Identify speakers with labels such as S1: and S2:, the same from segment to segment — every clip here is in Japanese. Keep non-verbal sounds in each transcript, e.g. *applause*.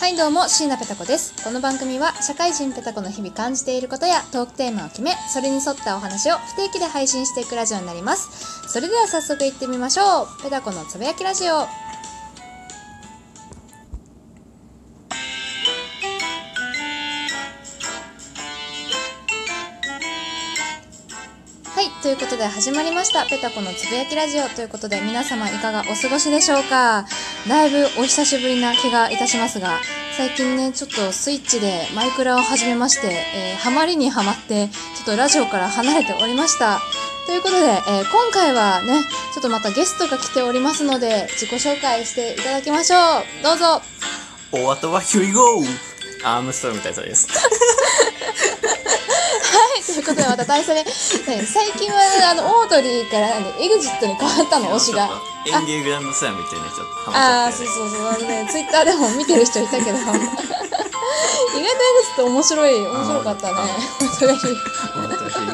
S1: はいどうも椎名ペタ子ですこの番組は社会人ペタ子の日々感じていることやトークテーマを決めそれに沿ったお話を不定期で配信していくラジオになりますそれでは早速いってみましょうペタ子のつぶやきラジオはい、ということで始まりました「ペタコのつぶやきラジオ」ということで皆様いかがお過ごしでしょうかだいぶお久しぶりな気がいたしますが最近ねちょっとスイッチでマイクラを始めまして、えーハマりにはまってちょっとラジオから離れておりましたということで、えー今回はねちょっとまたゲストが来ておりますので自己紹介していただきましょうどうぞ
S2: お後は Here we go! アームストロング大佐です。
S1: はい、ということでまた大佐で、ね、最近はあのオードリーからねエグジットに変わったの推しが。
S2: ちょっと園芸グランドスラムっていうね、ちょっと
S1: あ
S2: ハマ
S1: あ
S2: っちゃ
S1: そ
S2: っ
S1: う
S2: たよ
S1: そう
S2: ね。
S1: そうあのねツイッターでも見てる人いたけ *laughs* ど意外とエグスと面白い面白かったね
S2: あ
S1: それ
S2: お後は Here we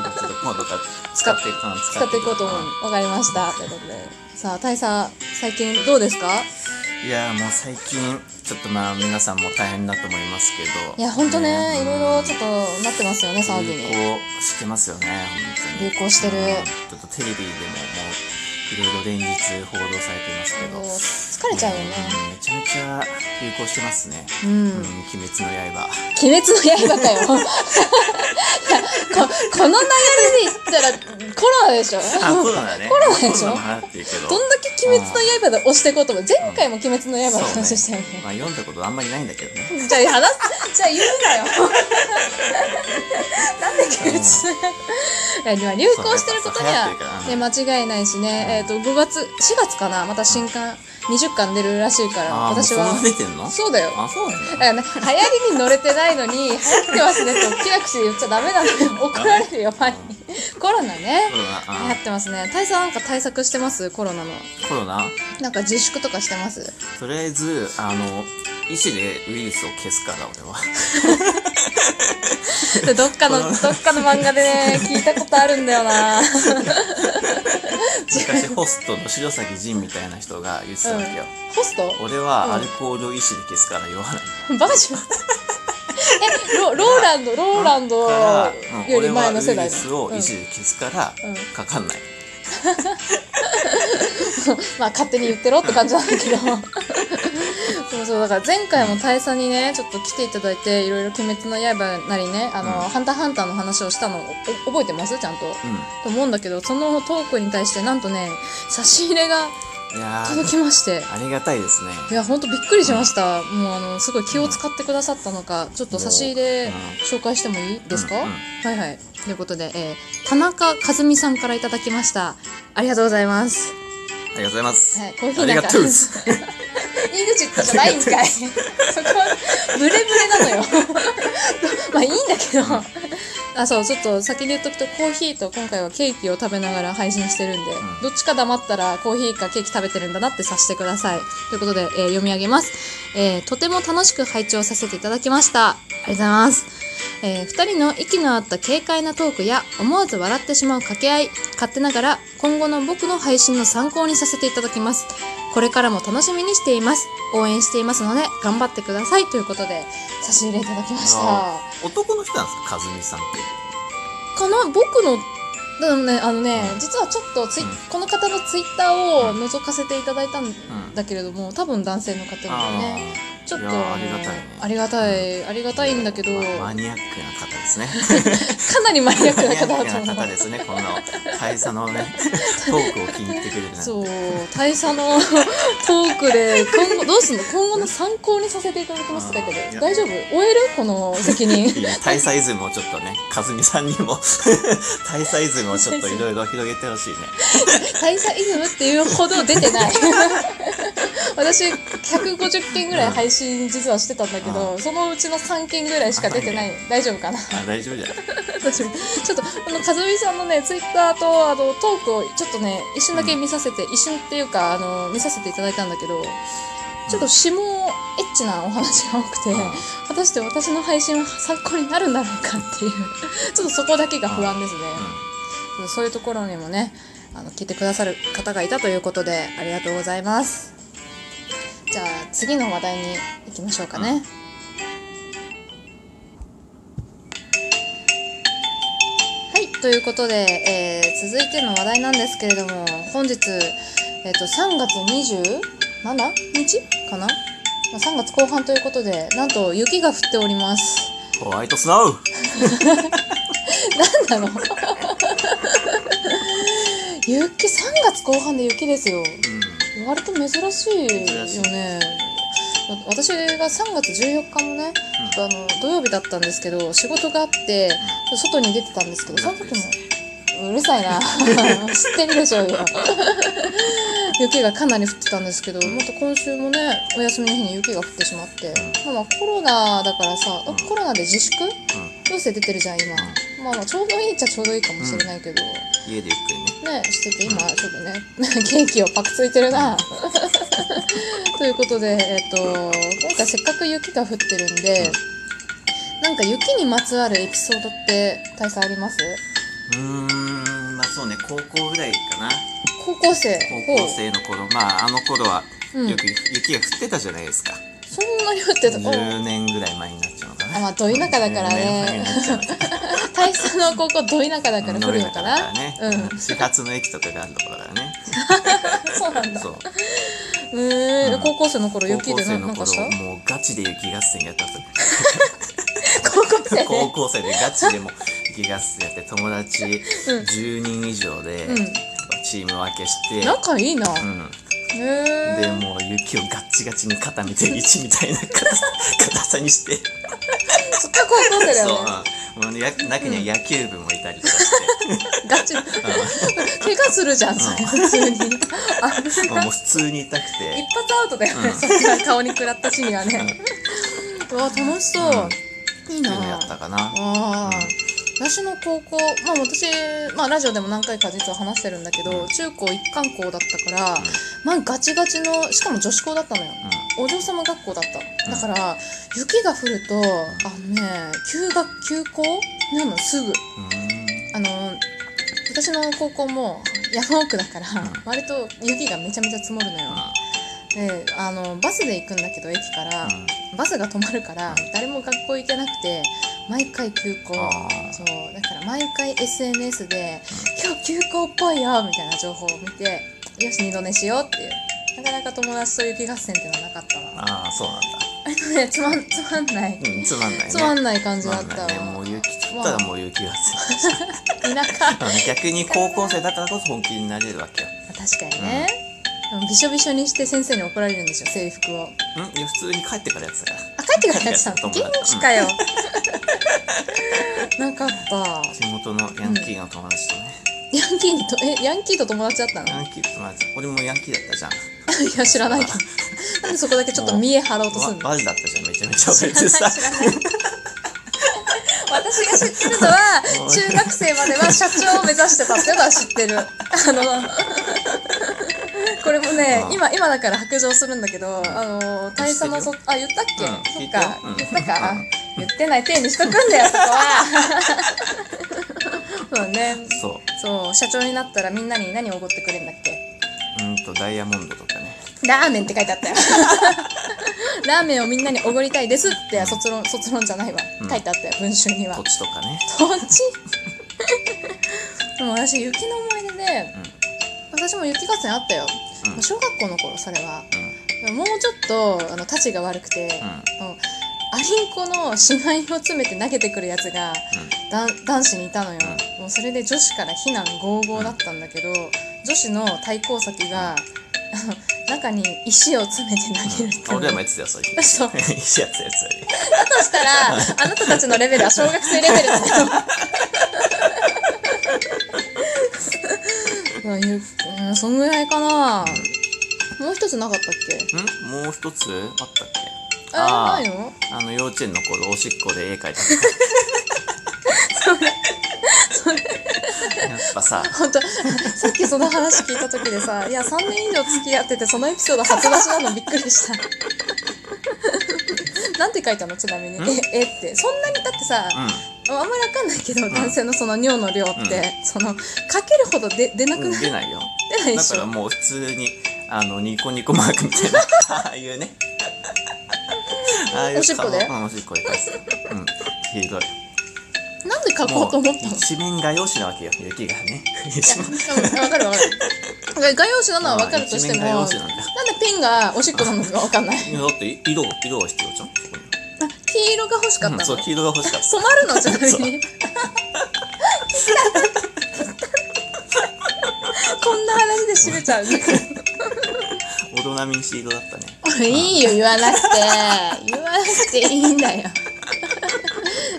S2: go! ちょっと今度から使っていこう。
S1: *laughs* 使っていこうと思うわかりましたということでさあ大佐最近どうですか
S2: いやーもう最近、ちょっとまあ皆さんも大変だと思いますけど。
S1: いやほんとねいろいろちょ
S2: っ
S1: っとなってますよね騒ぎ
S2: 流
S1: に
S2: 行してますよね、本当に。
S1: 流行してる
S2: うんちょっとテレビでももう、いろいろ連日報道されていますけ
S1: も
S2: ど
S1: う。疲れちゃうよね
S2: うんめちゃめちゃ流行してますね。
S1: うん
S2: 鬼滅の刃。
S1: 鬼滅の刃 *laughs* かよいやここの流れで言ったらコロナでしょ
S2: あ、
S1: *laughs*
S2: コロナね。コ
S1: ロナでしょ
S2: ロナもあるっていうけど。
S1: どんだけ鬼滅の刃で押していこうと思う前回も鬼滅の刃の話し
S2: そ
S1: た
S2: う
S1: よ
S2: ね
S1: ね
S2: まあ読んだことあんまりないんだけどね。
S1: じゃあ話す、じゃあ言
S2: *laughs*
S1: うなよ。なんで鬼滅いやでも流行してることに
S2: そうやっぱ流行って
S1: は、ね、
S2: る
S1: 間違いないしね、えっ、と、5月、4月かな、また新刊20巻出るらしいから、
S2: ああ、もう
S1: 私
S2: そんな
S1: は。
S2: 出てんの
S1: そうだよ。
S2: あ、そうなん
S1: だ
S2: だ。
S1: からね、流行りに乗れてないのに、流行ってますねと、キラクシー言っちゃダメなの
S2: *laughs*
S1: よ。怒られるよ、前に。コロナね。
S2: コロナ、
S1: 流行
S2: あ
S1: ってますね。大佐なんか対策してますコロナの。
S2: コロナ、
S1: なんか自粛とかしてます
S2: *laughs* とりあえず、あの、医師でウイルスを消すから、
S1: *laughs*
S2: 俺は。
S1: でどっかの、どっかの漫画でね、聞いたことあるんだよな。
S2: 昔、ホストの白崎仁みたいな人が言ってたわけよ。
S1: ホスト
S2: 俺
S1: うん
S2: はアルコールを医師で消すから酔わない。
S1: バカじゃん。 *laughs* え、ロローランド、ローランド
S2: から、うん
S1: より
S2: 俺
S1: 前
S2: はウ
S1: の
S2: イ
S1: 世代
S2: ル
S1: だ
S2: スを
S1: うん
S2: 医師で消すから
S1: うん、
S2: かかんない。
S1: まあ勝手に言ってろって感じなんだけど。 *laughs* そうそう、だから前回も大佐にね、ちょっと来ていただいて、いろいろ鬼滅の刃なりね、あの、
S2: うん
S1: ハンターハンターの話をしたの、お覚えてますちゃんと。
S2: う
S1: と思うんだけど、そのトークに対してなんとね、差し入れが
S2: ん。いや
S1: 届
S2: ー、
S1: きまして。
S2: ありがたいですね。
S1: いや、ほんとびっくりしました。もうあの、すごい気を使ってくださったのか、ちょっと差し入れ
S2: うん
S1: 紹介してもいいですか、
S2: うんうん
S1: はいはい。ということで、えー、田中和美さんからいただきました。ありがとうございます。
S2: ありがとうございます。
S1: はい、
S2: あ
S1: コーヒー
S2: り
S1: なん
S2: が
S1: か、
S2: とう
S1: イグジットじゃないんかい。 *laughs* そこは、ブレブレなのよ。 *laughs* まあいいんだけど。あ、そう、ちょっと先に言っとくと、コーヒーと今回はケーキを食べながら配信してるんで、
S2: ん
S1: どっちか黙ったらコーヒーかケーキ食べてるんだなって察してください。ということで、えー読み上げます。えーとても楽しく拝聴させていただきました。ありがとうございます。えー二人の息の合った軽快なトークや思わず笑ってしまう掛け合い勝手ながら今後の僕の配信の参考にさせていただきますこれからも楽しみにしています応援していますので頑張ってくださいということで差し入れいただきました
S2: あー男の人なんですか、和美さんって。
S1: かな僕のでもねあのね、
S2: うん
S1: 実はちょっとツイ、
S2: うん
S1: この方のツイッターを覗かせていただいたん
S2: ん
S1: だけれども多分男性の方です
S2: あ
S1: ね
S2: ー
S1: ちょっと
S2: いやーありがたいね
S1: ありがたいありがたいんだけど
S2: まあマ
S1: か
S2: ニアックな方ですね。
S1: なりマニアッ
S2: マ
S1: クな
S2: ニア
S1: 方だと
S2: ック
S1: 思
S2: な
S1: う
S2: 方ですね。この大佐のね、トークを気に入ってくれるなんて。
S1: そう、大佐のトーク
S2: *laughs*
S1: で、今後、どうすんの今後の参考にさせていただきますってだ
S2: あ
S1: け
S2: ーい
S1: ど、
S2: や
S1: 大丈夫終えるこの責任。
S2: *laughs* いいね大佐イズムをちょっとね、和美さんにも、 *laughs* 大佐イズムをちょっといろいろ広げてほしいね。
S1: 大佐イズムっていうほど出てない。 *laughs* 私、150件ぐらい配信実はしてたんだけど、そのうちの3件ぐらいしか出てない。大丈夫かな
S2: あ、大丈夫じゃない
S1: *laughs* 大丈夫。ちょっと、あの、かずみさんのね、ツイッターと、あの、トークをちょっとね、一瞬だけ見させて、一瞬っていうか、あの、見させていただいたんだけど、ちょっと下、エッチなお話が多くて、
S2: うん
S1: 果たして私の配信は参考になるんだろうかっていうちょっとそこだけが不安ですね、そういうところにもねあの聞いてくださる方がいたということでありがとうございますじゃあ次の話題に行きましょうかね、ということで、えー続いての話題なんですけれども、本日、えっ、と、3月 27? 日かな ?3 月後半ということで、なんと雪が降っております。
S2: ホワイトスノー
S1: なんだろう *laughs* 雪、3月後半で雪ですよ。
S2: う
S1: 割と珍しい
S2: 珍しい
S1: よね。私が3月14日もね、
S2: う
S1: あの土曜日だったんですけど仕事があって外に出てたんですけどその時もうるさい *laughs* な知ってるでしょうよ雪がかなり降ってたんですけどまた今週もねお休みの日に雪が降ってしまって、まあ、コロナだからさあコロナで自粛要請出てるじゃん今、まあ、まあちょうどいいっちゃちょうどいいかもしれないけど、
S2: ん家でゆっくりね
S1: ねしてて今ちょっとね *laughs* 元気をパクついてるな *laughs* ということで、えっと今回せっかく雪が降ってるんで、なんか雪にまつわるエピソードって大佐あります
S2: うーんまあそうね高校ぐらいかな
S1: 高校生
S2: 高校生の頃まああの頃は
S1: うん
S2: よく雪が降ってたじゃないですか、
S1: ほうそんなに降ってたお
S2: 10年ぐらい前になっちゃうのかな
S1: あまあど田舎だからね
S2: 10年前になっちゃうのか
S1: 大佐の高校ど田舎だから
S2: な
S1: 降るのかな
S2: 乗れなか
S1: う
S2: ったからね
S1: ん、
S2: 始発の駅とかがあるところだからね
S1: そうなんだ
S2: そう
S1: うーん、
S2: うん
S1: 高校生の頃
S2: 高
S1: 雪
S2: 校
S1: でな
S2: 生
S1: な
S2: の
S1: んかした
S2: 頃もうガチで雪合戦やったと
S1: 高校生ね
S2: 高校生でガチでもう雪合戦やって友達10人以上で
S1: うん
S2: チーム分けして、
S1: 仲いいな、
S2: うん、
S1: へ
S2: で
S1: え
S2: もう雪をガッチガチに固めて1みたいな硬さ硬さにして
S1: そっか高校生だ
S2: そう
S1: よね
S2: うんもうや中には野球部もいたりとかして、
S1: ガチ怪我するじゃん、それ普通に。あ
S2: もうもう普通に痛く
S1: 一
S2: て
S1: 発アウトだよね、そっから顔に食らったシーンがね。うわ、楽しそう。いい
S2: っていうのや
S1: な
S2: ったかな
S1: ああ。私の高校、まあ私、まあラジオでも何回か実は話してるんだけど、中高一貫校だったから、まあガチガチの、しかも女子校だったのよ。お嬢様学校だった。だから、雪が降ると、あのね、休学、休校なの、すぐ。
S2: うんうん
S1: あの私の高校も山奥だから、割と雪がめちゃめちゃ積もるのよ、であのバスで行くんだけど駅から、バスが止まるから誰も学校行けなくて毎回休校
S2: あー
S1: そうだから毎回 SNS で「今日休校っぽいよ」みたいな情報を見て「よし二度寝しよう」っていうなかなか友達と雪合戦っていうのはなかったわ
S2: ああそうなんだ、
S1: ね *laughs* つまんつまんない、
S2: うん、つまんないね
S1: つまんない
S2: つ
S1: 感じだ
S2: ま
S1: っ
S2: ん
S1: た
S2: な
S1: わ、
S2: いねもう雪降ったらもう雪合戦
S1: 田舎
S2: うん逆に高校生だからこそ本気になれるわけよ
S1: 確かにね、うんびしょびしょにして先生に怒られるんですよ制服を
S2: うんいや普通に帰ってからやってたから
S1: あ帰ってからやってたの *laughs*
S2: 帰ってから
S1: 元気かよなかった
S2: 地元のヤンキーの友達とね、
S1: ヤンキーにとえヤンキーと友達だった
S2: ヤ
S1: の *laughs*
S2: ンキーと友達俺もヤンキーだったじゃん
S1: いや知らない *laughs* けどなんでそこだけちょっと見え張ろうとするの
S2: わマジだったじゃんめちゃめちゃ
S1: 知
S2: 別
S1: らない
S2: に
S1: 知
S2: さ
S1: らない *laughs* 私が知ってるのは
S2: もう
S1: 中学生までは社長を目指してたっていうのは知ってるあ
S2: *laughs*
S1: のこれもね
S2: ああ
S1: 今今だから白状するんだけどあの大佐のそあ言ったっけ、
S2: うん
S1: そ
S2: 聞
S1: っ
S2: い
S1: か
S2: たようん
S1: 言ったか、
S2: うん
S1: あ言ってない体にしとくんだよそこは *laughs* そうね
S2: そ
S1: そう社長になったらみんなに何をおごってくれるんだっけ
S2: ううんとダイヤモンドとかね
S1: ラーメンって書いてあったよ *laughs* ラーメンをみんなにおごりたいですって卒論卒論じゃないわ、
S2: うん
S1: 書いてあったよ文集には
S2: 土地とかね
S1: そっち *laughs* でも私雪の思い出で、私も雪合戦あったよ、
S2: うん
S1: まあ小学校の頃それは
S2: うん
S1: でももうちょっとあのたちが悪くて、あのアリンコの死骸を詰めて投げてくるやつが、だん男子にいたのよ、もうそれで女子から非難合々だったんだけど、女子の対抗先が、あの *laughs* 中に石を詰めて投げるっていう
S2: うん、
S1: の
S2: 俺らもやってたよそれ
S1: *laughs*
S2: *laughs* いいや
S1: そう
S2: つやつや
S1: だ
S2: つ
S1: としたら、あなたたちのレベルは小学生レベルだよ。
S2: *laughs*
S1: まあゆうん、そんぐらいかな。もう一つなかったっけ
S2: んもう一つあったっけ
S1: あ
S2: ー
S1: ないの
S2: あの幼稚園の頃おしっこで絵描いたとかやっぱさ
S1: 本当さっきその話聞いた時でさ、いや、3年以上付き合ってて、そのエピソード初出しなのびっくりした。 *laughs* なんて書いたのちなみに。
S2: ん
S1: え、えって。そんなに、だってさ、
S2: う
S1: あんまりわかんないけど、男性のその尿の量って、
S2: うん
S1: その、かけるほど出出なく
S2: ん
S1: なっ
S2: 出ないよ
S1: てないで
S2: だ
S1: し
S2: か
S1: ょ
S2: らもう普通にあのニコニコマークみたいなああいうねああいう
S1: おしっこで
S2: 顔うんおしっこで返すうんひどい
S1: なんでで書こうと思ったの。
S2: 一面画用紙なわけよ雪がね一面
S1: いやわかるわかる。画用紙なのはわかるとしても、
S2: あ
S1: なん
S2: あ一
S1: で
S2: 面画用紙なんだ
S1: ペンがおしっこなのかわかんない。
S2: いやだって色色が必要じゃんここに
S1: あ黄色が欲しかった
S2: う
S1: の。
S2: んそう
S1: 染
S2: 黄色が欲しかった
S1: まるのじゃなくて。 *laughs* こんな話で締めちゃう。
S2: 大人みに黄色だったね
S1: いいよ、言わなくて。言わなくていいんだよ。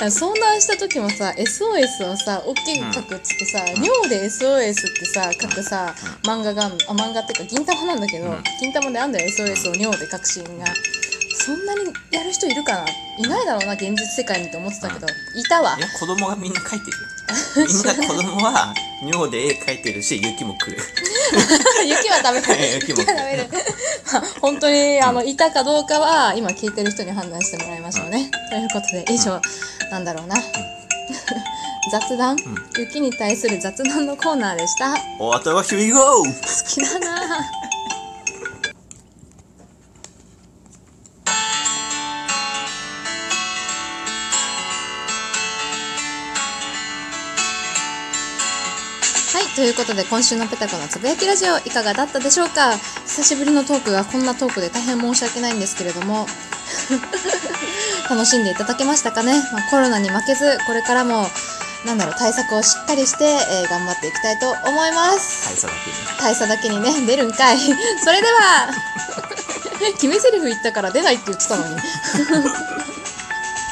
S1: 遭難した時もさ SOS をさ大きく書くっつってさ「尿で SOS」ってさ書くさ漫画があんのあ漫画っていうか銀玉なんだけど、
S2: うん
S1: 銀玉であんだよ SOS を尿で書くシーンがそんなにやる人いるかないないだろうな現実世界にって思ってたけど、いたわ
S2: いや子供がみんな書いてるよみんな子供は尿で絵描いてるし雪も来る
S1: *laughs* 雪はダメだ
S2: 雪
S1: 雪
S2: も来
S1: は
S2: る
S1: ダメだ *laughs* まあ本当にあのいたかどうかは今聞いてる人に判断してもらいましょうね、ということで以上、なんだろうな *laughs* 雑談、雪に対する雑談のコーナーでした好
S2: おあとは here we go!
S1: きだなあはい、ということで今週のペタコのつぶやきラジオいかがだったでしょうか久しぶりのトークがこんなトークで大変申し訳ないんですけれども *laughs* 楽しんでいただけましたかね、まあ、コロナに負けずこれからもなんだろう対策をしっかりして、えー頑張っていきたいと思います
S2: 大佐だけに
S1: 大差だけにね出るんかい *laughs* それでは決め台詞言ったから出ないって言ってたのに